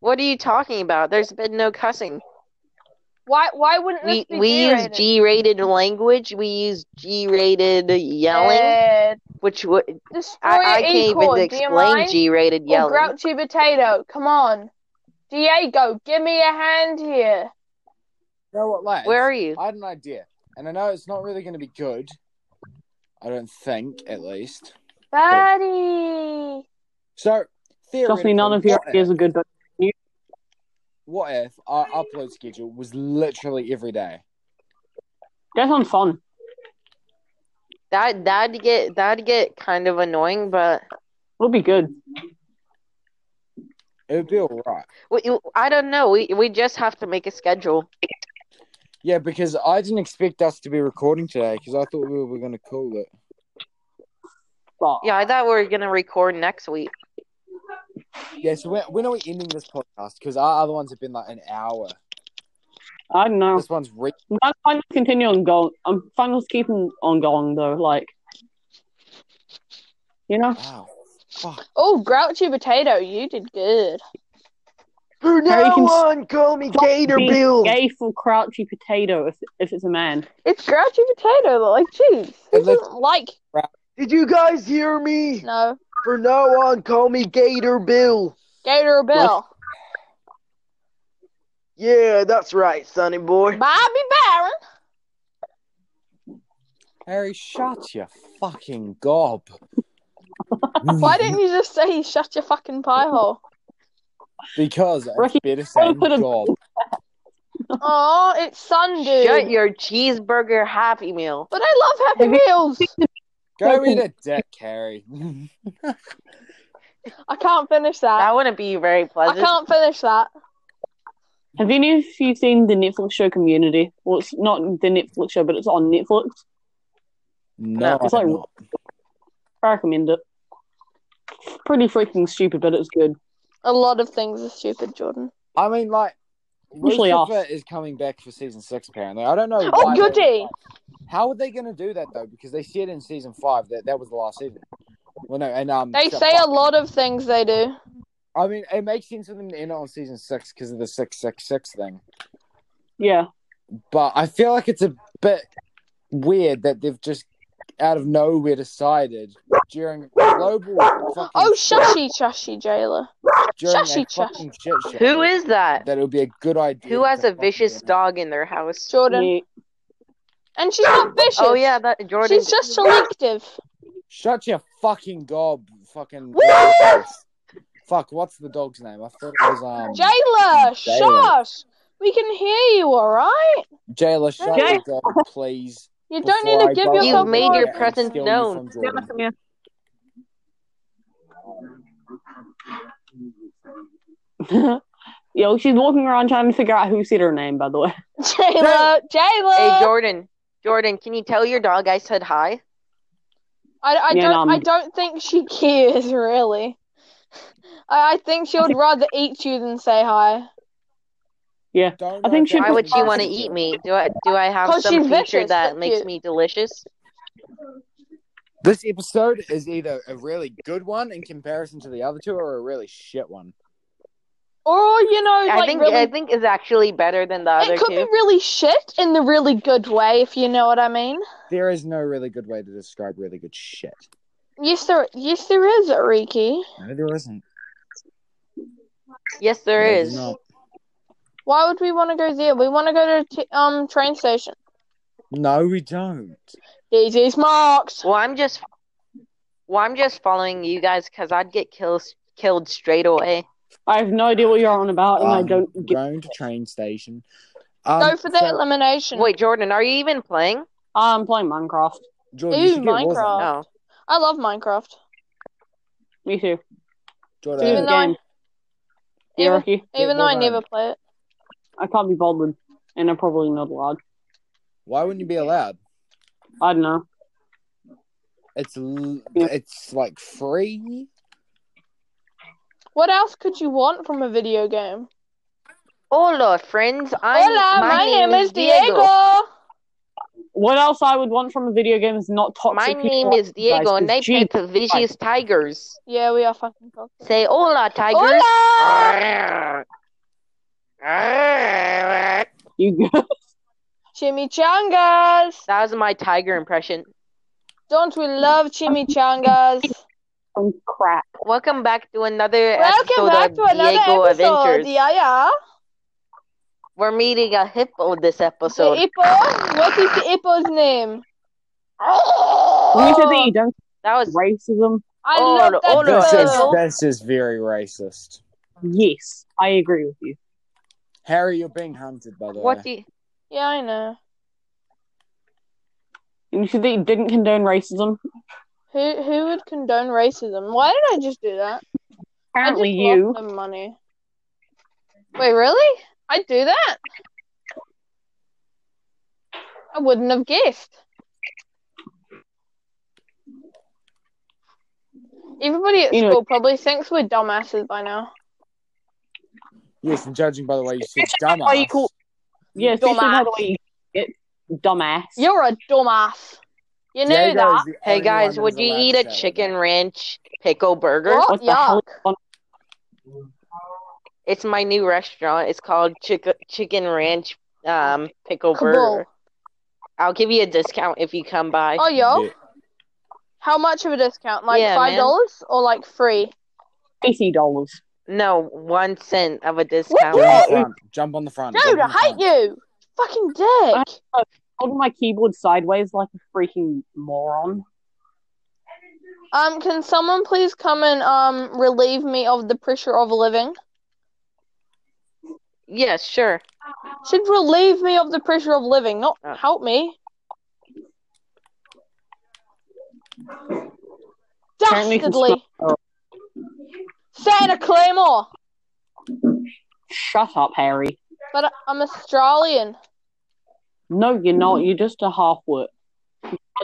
What are you talking about? There's been no cussing. Why? Why wouldn't We this be we use G-rated? G-rated language. We use G-rated yelling, Yeah, which would destroy I, I your can't E-chord, even do you mind? explain G-rated Or yelling. grouchy potato. Come on, Diego, give me a hand here. You know what, lads? Where are you? I had an idea, and I know it's not really going to be good. I don't think, at least. Buddy. So Trust theoretically, me, none of your what if- ideas are good, but what if our upload schedule was literally every day? that sounds fun. That that'd get that'd get kind of annoying, but It'll be good. It would be all right. we, I don't know. We we just have to make a schedule. Yeah, because I didn't expect us to be recording today because I thought we were going to call it. But Yeah, I thought we were gonna record next week. Yeah, so when, when are we ending this podcast? Because our other ones have been like an hour. I don't know. This one's re- I'm fine with continue on going. I'm fine with keeping on going though. Like, you know, wow. Fuck. Oh, grouchy potato, you did good. From Harry now can- on, call me Gator Be gay for crouchy potato if if it's a man. It's grouchy potato, but like, jeez, who It looks- doesn't like? Did you guys hear me? No, From now on, call me Gator Bill. Gator or Bill, Yeah, that's right, Sonny boy. Bobby Barron. Harry, shut your fucking gob. Why Mm-hmm. didn't you just say shut your fucking pie hole? Because it's Ricky, better I saying could've- God. Oh, it's Sunday. Shut your cheeseburger happy meal. But I love Happy Meals. Go Fucking- eat a dick, Carrie. I can't finish that. That wouldn't be very I pleasant. can't finish that. Have any of you seen the Netflix show Community? Well, it's not the Netflix show, but it's on Netflix. no, it's I'm like- not. I recommend it. It's pretty freaking stupid, but it's good. A lot of things are stupid, Jordan. I mean, like, Usually Lucifer is coming back for season six, apparently. I don't know. Oh, why goody. they- How are they going to do that, though? Because they said in season five that that was the last season. Well, no, and um, They shut say a up. lot of things they do. I mean, it makes sense for them to end on season six because of the six six six thing. Yeah. But I feel like it's a bit weird that they've just out of nowhere decided during global fucking Oh, shushy, shushy, jailer. during a shushy, shush. fucking shit show Who is that? that it would be a good idea. Who has to a vicious fucking- dog in their house? Jordan. yeah. And she's not vicious. Oh yeah, that Jordan. She's just selective. Shut your fucking gob, fucking. Fuck, what's the dog's name? I thought it was um. Jailer, Jailer. shush. We can hear you, all right? Jailer, shut Jai- your gob, please. You don't need before to I give go yourself You made out away. your and presence steal you known. from Jordan. Yo, she's walking around trying to figure out who said her name, by the way. Jailer, Jailer. Hey Jordan, Jordan, can you tell your dog I said hi? I, I Yeah, don't. no, I'm- I don't think she cares really. I, I think she would rather eat you than say hi. Don't I know think if she- that Why would she was want to possible. eat me? Do I do I have 'Cause some she's feature vicious, that look makes cute. me delicious? This episode is either a really good one in comparison to the other two, or a really shit one. Or you know, I like think really, I think is actually better than the other it could be two. really shit in the really good way, if you know what I mean. There is no really good way to describe really good shit. Yes, there. Yes, there is Ariki. No, there isn't. Yes, there No, is. there's not. Why would we want to go there? We want to go to t- um train station. No, we don't. These is marked. Well, I'm just, well, I'm just following you guys because I'd get killed killed straight away. I have no idea what you're on about, and I Um, don't get. going to train station. Um, go for the so- elimination. Wait, Jordan, are you even playing? I'm playing Minecraft. Jordan, you Ew, should get Warzone. Minecraft. Oh, I love Minecraft. Me too. Jordan, Dude, Even though I- game. Yeah, even- Ricky. Even though I Warzone. never play it. I can't be bothered, and I'm probably not allowed. why wouldn't you be allowed? I don't know. It's l- Yeah. it's like free. What else could you want from a video game? hola, friends. I'm, Hola, my, name, is Diego. What else I would want from a video game is not My toxic. people name like is you guys, Diego, and 'cause I play geez, the vicious tigers. Yeah, we are fucking toxic. Say hola, tigers. Hola! That you Chimichangas. was my tiger impression. Don't we love chimichangas? some crap. Welcome back to another Welcome episode back of to another Diego episode. Adventures. Yeah, yeah. We're meeting a hippo this So, episode. Ippo, what is the Ippo's name? When you said that you don't That was racism, I Oh, love that oh, no, This is no. Ippo. this is very racist. yes, I agree with you. Harry, you're being hunted by the way. what do you, Yeah, I know. And you said that you didn't condone racism. Who who would condone racism? Why did I just do that? I just Apparently, lost you. them money. Wait, really? I do that? I wouldn't have guessed. Everybody at You know- school probably thinks we're dumbasses by now. Yes, and judging by the way you said dumbass. Why you call- Yeah, especially by the Dumbass. way you get dumbass. You're a dumbass. You know Diego is that. the Hey only guys, one would that is you allowed eat to a say chicken that. ranch pickle burger? What? What the hell? Yuck. Is on? It's my new restaurant. It's called Chick- Chicken Ranch um pickle Kabul. burger. I'll give you a discount if you come by. Oh, yo. Yeah. How much of a discount? Like Yeah, $5 man. or like free? Eighty dollars. No, one cent of a discount. Jump on the front. Jump on the front. Dude, Jump I on the hate front. you. Fucking dick. Holding my keyboard sideways like a freaking moron. Um, can someone please come and um relieve me of the pressure of living? Yes, sure. Should relieve me of the pressure of living, not Oh. help me. Dastardly. Santa Claymore, Shut up, Harry. but I- I'm Australian. No, you're not. Mm. You're just a half-wit.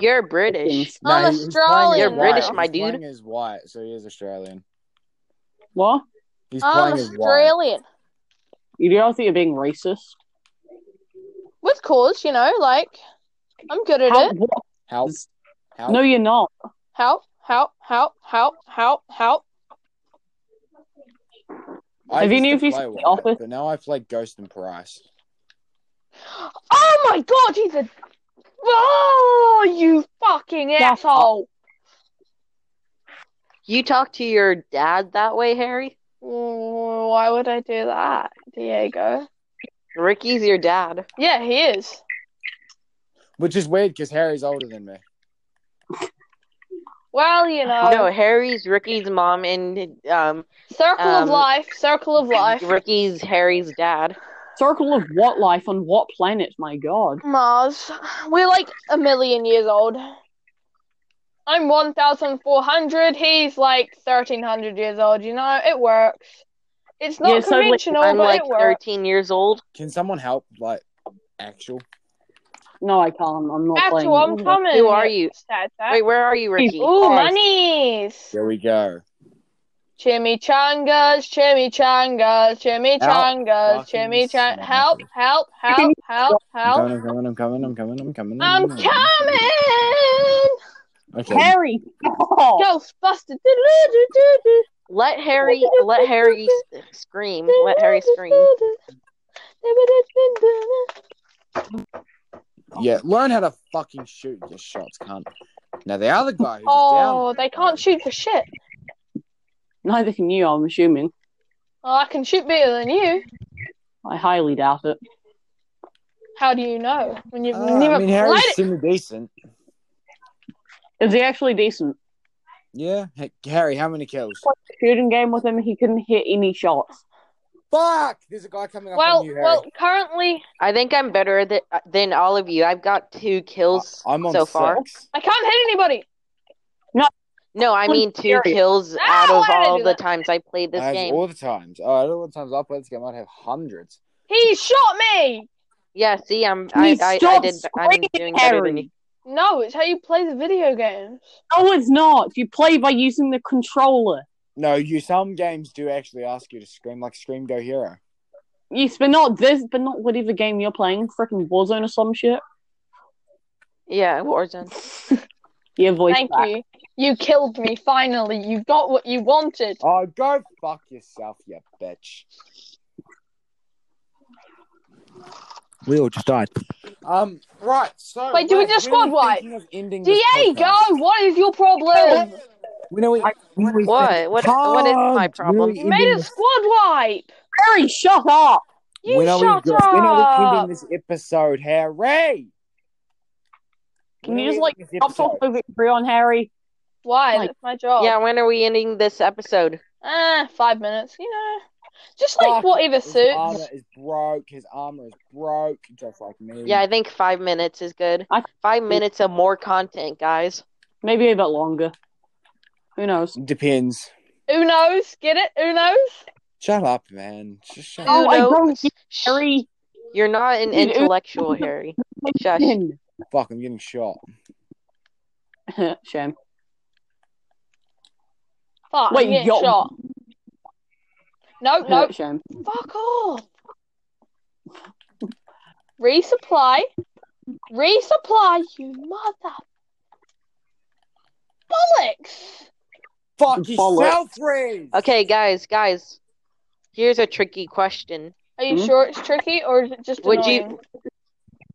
You're British. I'm he- he's playing Australian, as You're white. British, my He's dude. Playing as white, so he is Australian. What? He's I'm playing as white. Australian. You realize that you're being racist? With cause, you know, like I'm good at How- it. what? Help! Help! No, you're not. Help, help, help, help, help, help. I Have you used knew to if you play said The white, Office? But now I play Ghost and Price. Oh my god, he's a Oh you fucking That's- asshole. You talk to your dad that way, Harry? Why would I do that, Diego? Ricky's your dad. Yeah, he is. Which is weird because Harry's older than me. Well, you know, No, Harry's Ricky's mom and um circle of um, life, circle of life. Ricky's Harry's dad. Circle of what life on what planet? My God. Mars, we're like a million years old. I'm 1,400, he's like 1,300 years old, you know? It works. It's not Yeah, so, like, conventional, I'm but like it works. 13 years old. Can someone help? Like, actual? No, I can't. I'm not Actual, I'm playing. coming. Who are you? Stats, eh? Wait, where are you, Ricky? Ooh, Guys. monies! There we go. Chimichangas, chimichangas, chimichangas, Fucking chimichangas. smack Help, it. help, help, help, help. I'm coming. I'm coming. I'm coming. I'm coming. I'm coming. coming! Okay. Harry. Oh. Ghostbusters. Do-do-do-do-do. Let Harry let Harry s- scream. Let Harry scream. Yeah. Learn how to fucking shoot your shots, cunt. Now the other guy who's Oh, they can't shoot for shit. Neither can you. I'm assuming. Oh, I can shoot better than you. I highly doubt it. How do you know? When you've down. Uh, never I mean, played Harry's it. semi-decent. Is he actually decent? Yeah. Hey, Harry, how many kills? Shooting game with him, he couldn't hit any shots. Fuck! There's a guy coming up Well, on you, Harry. well, currently I think I'm better th- than all of you. I've got two kills I- I'm on so far. six. I can't hit anybody. No, I mean two Period. kills No, Ah, out why of did I all do the that? times I played this I have game. all the times. Oh, I don't know what times I play this game. I'd have hundreds. He shot me. Yeah, see, I'm I, Please I, I stop did I'm screaming, doing better than you. Harry. No, it's how you play the video games. No, it's not. You play by using the controller. No, you. Some games do actually ask you to scream, like Scream Go Hero. Yes, but not this, but not whatever game you're playing, freaking Warzone or some shit. Yeah, Warzone. Your voice Thank back. you. You killed me. Finally, you got what you wanted. Oh, go fuck yourself, you bitch. We all just died. Um, right. So Wait, do we we're just squad wipe? thinking of ending this Diego, podcast. what is your problem? We know we, we, we What? What? What is my Can't problem? really- You made a squad wipe. Harry, shut up. You when are we shut go- up. When are we ending this episode, Harry? Can When you are just we like ending this stop episode? talking over Brion, Harry? Why? Like- That's my job. Yeah, when are we ending this episode? Ah, five minutes, you know. Just like Fuck. whatever His armor suits. is broke. His armor is broke, just like me. Yeah, I think five minutes is good. I- Five minutes of more content, guys. Maybe a bit longer. Who knows? depends. Who knows? Get it? Who knows? Shut up, man. Just shut Oh, up. Who I knows? don't get Shh, Harry. You're not an Dude, who- intellectual, Harry. Shush. Fuck, I'm getting shot. Shame. Oh, Fuck, Wait, I'm getting yo- shot. Nope, nope. Shame. Fuck off. Resupply. Resupply, you mother. Bollocks. Fuck Bollocks. yourself, Reed. Okay, guys, guys. Here's a tricky question. Are you Hmm? sure it's tricky or is it just Would you- annoying?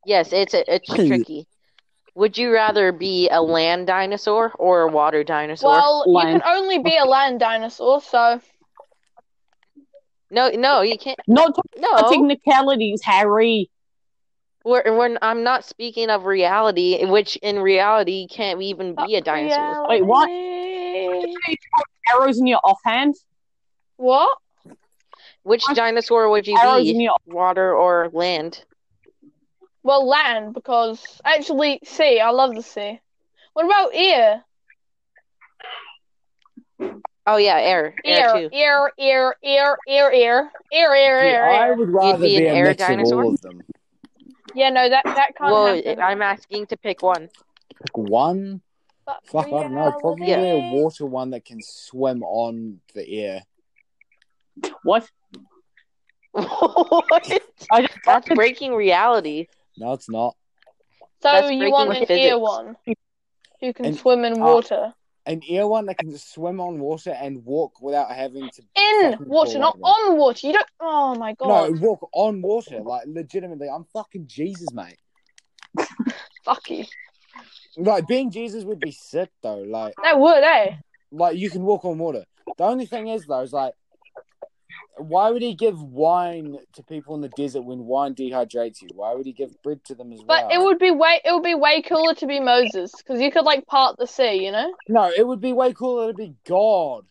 Yes, it's a, it's Hey. tricky. Would you rather be a land dinosaur or a water dinosaur? Well, you Lion. can only be a land dinosaur, so no, no, you can't. Not No, technicalities, Harry. we're, we're, I'm not Uh, speaking of reality, which in reality you can't even be a dinosaur. Wait, what? Reality. Really? Arrows in your offhand. What? Which dinosaur would you Arrows in be? your Water or land? Well, land because actually sea. I love the sea. What about ear? Oh yeah, air. Air, Ear, too. ear, ear, ear, ear, ear, ear, ear, See, ear. I ear. would rather be be, an a air mix dinosaur? of all of them. Yeah, no, that that can't Well, happen. I'm asking to pick one. Pick one. But Fuck, I don't know. Probably a reality- water one that can swim on the air. what? what? I just That's breaking reality. No, it's not. So That's you breaking want with an physics. ear one who can And- swim in ah. water? An ear one that can swim on water and walk without having to. In fucking water, cool, not whatever. on water. You don't. Oh my god. No, walk on water. Like, legitimately. I'm fucking Jesus, mate. Fuck you. Like, being Jesus would be sick, though. Like, That would, eh? like you can walk on water. The only thing is, though, is like, why would he give wine to people in the desert when wine dehydrates you? Why would he give bread to them as well? But it would be way it would be way cooler to be Moses because you could like part the sea, you know. No, it would be way cooler to be God.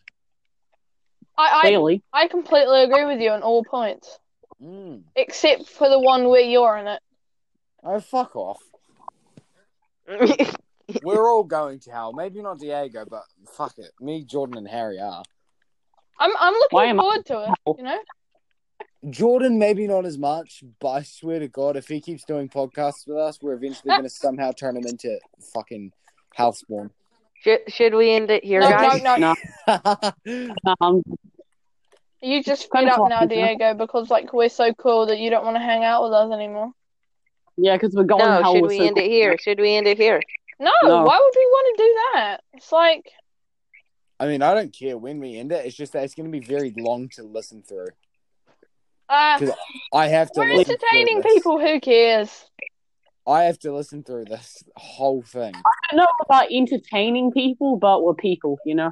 I clearly. I, I completely agree with you on all points Mm. except for the one where you're in it. Oh, fuck off. We're all going to hell. Maybe not Diego, but fuck it. Me, Jordan, and Harry are. I'm I'm looking Why am I- Oh. forward to it, you know. Jordan, maybe not as much, but I swear to God, if he keeps doing podcasts with us, we're eventually going to somehow turn him into fucking house spawn. should, should we end it here, No, guys? no, no. Um, You just fed Kind of up now, awkward, you know? Diego, because like we're so cool that you don't want to hang out with us anymore. yeah, because we're going No, hell. should we're we so end it here? Should we end it here? No, No. why would we want to do that? It's like I mean, I don't care when we end it. It's just that it's going to be very long to listen through. uh, 'Cause I have to. we're listen through entertaining this. people. Who cares? I have to listen through this whole thing. I don't know about entertaining people, but we're people, you know.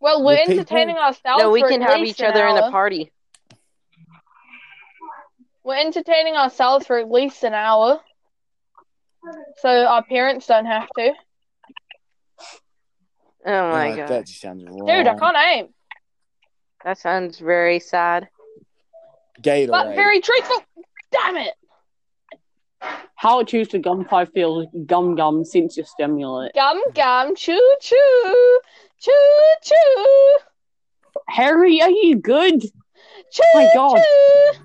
Well, we're The people- entertaining ourselves. No, we for can at have least each an other in hour. a party. We're entertaining ourselves for at least an hour. So our parents don't have to. Oh my Uh, god, that just sounds wrong. Dude, I can't aim. that sounds very sad. Gatorade. But very truthful. Damn it. How it choose to gum five feels gum gum since your stimulant. Gum gum choo choo. Choo choo. Harry, are you good? Choo my God. choo.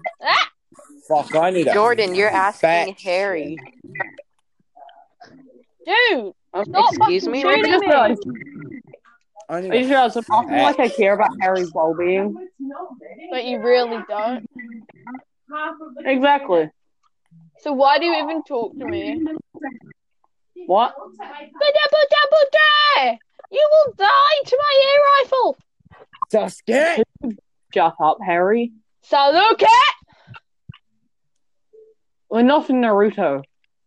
Fuck, I need a Jordan, you're asking fat Harry. Dude. Stop Oh, Excuse fucking me? I shooting just me. realized, shit. I need I a just realized I'm acting fat- like I care about Harry's well being. But you really don't. Exactly. So why do you even talk to me? What? Double double dare! You will die to my air rifle! Sasuke! Shut up, Harry. Saluke! We're not in Naruto.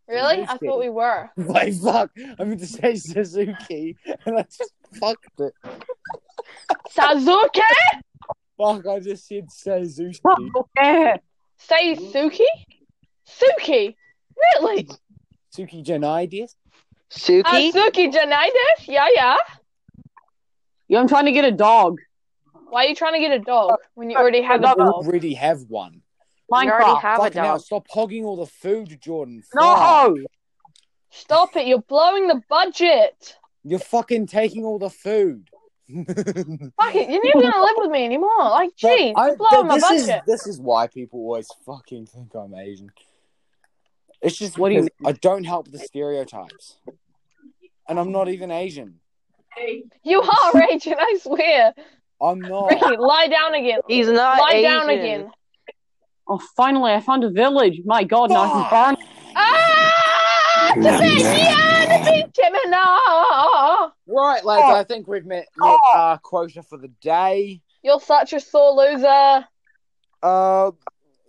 Really? I thought we were. Wait, fuck. I meant to say Suzuki, and I just fucked it. Sazuke! Fuck, I just said Suzuki. Hmm. Yeah. Say Suki? Suki? Really? Suki Genides? Suki? Uh, Suki Janaidas? Yeah, yeah. Yeah, I'm trying to get a dog. Why are you trying to get a dog when you already have a Another- dog? Already have one. we already Minecraft. have a Fucking hell, dog. stop hogging all the food, Jordan. Fuck. No! Stop it, you're blowing the budget. You're fucking taking all the food. Fuck it, you're never gonna live with me anymore. Like, But gee, I- you're blowing my th- this budget. Is, this is why people always fucking think I'm Asian. It's just What do you because I don't help the stereotypes, and I'm not even Asian. You are Agent, I swear. I'm not. Ricky, lie down again. He's not Lie Asian. down again. Oh, finally, I found a village. My god, now I can Fuck. farm. Ah! Gemini! Right, lads. I think we've met, met our quota for the day. You're such a sore loser. Uh,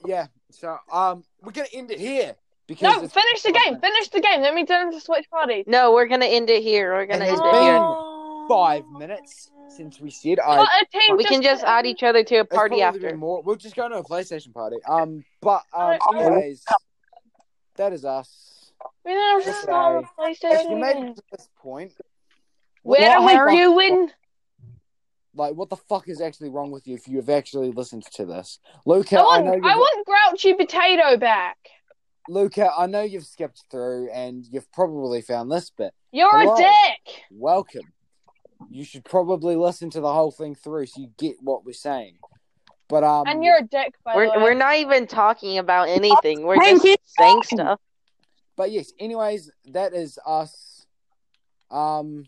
yeah. So um, we're gonna end it here because No, it's finish the game. Finish the game. Let me tell him to switch parties. No, we're gonna end it here. We're gonna And end it's it here. five minutes since we said I. But a team We just, can just add each other to a it's party probably after. been More. We'll just go to a PlayStation party. Um, but um, Alright. anyways, that is us. We don't have to start on If you PlayStation made it again. to this point, Where What, are we Harry? doing? Like, what the fuck is actually wrong with you if you've actually listened to this, Luca? I I, want, know you've, I want Grouchy Potato back. Luca. I know you've skipped through and you've probably found this bit. You're Hello. a dick. welcome. You should probably listen to the whole thing through so you get what we're saying. But um, and you're a dick, by We're the way. we're not even talking about anything. We're Thank just you. saying stuff. but yes. Anyways, that is us. Um,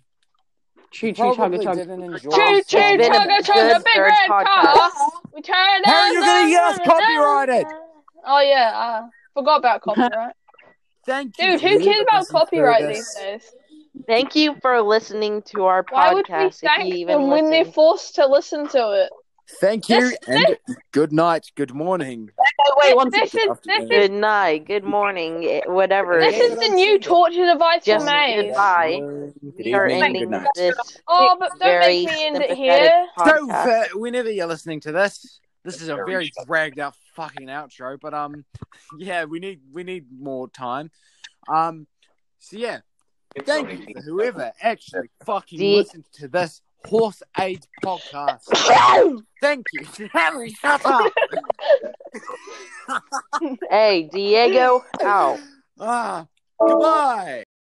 Choo choo probably chugga chugga. didn't enjoy. Choo ourselves. choo It's been a chugga chugga good big third red car. podcast. We turn How are you gonna get us copyrighted? Oh yeah, I forgot about copyright. Thank you, Dude, who Jude, cares about for listening through copyright this. these days? Thank you for listening to our Why would we podcast. if thank you even them when they're listen. forced to listen to it? Thank you, This- and good night, good morning. Wait, one this second. is this Afternoon. is Good night. Good morning. eh, Whatever. this it is is. the new torture device for Just Maze. goodbye. Bye. Good We are evening, good ending night. this Oh, but don't very make me end it sympathetic here. So, podcast. for whenever you're listening to this, this is a very dragged out fucking outro, but um, yeah, we need we need more time. Um, so yeah, thank you for whoever actually fucking Do you- listened to this horse AIDS podcast. Thank you, Harry. Shut up. Hey, Diego, out. ah, goodbye.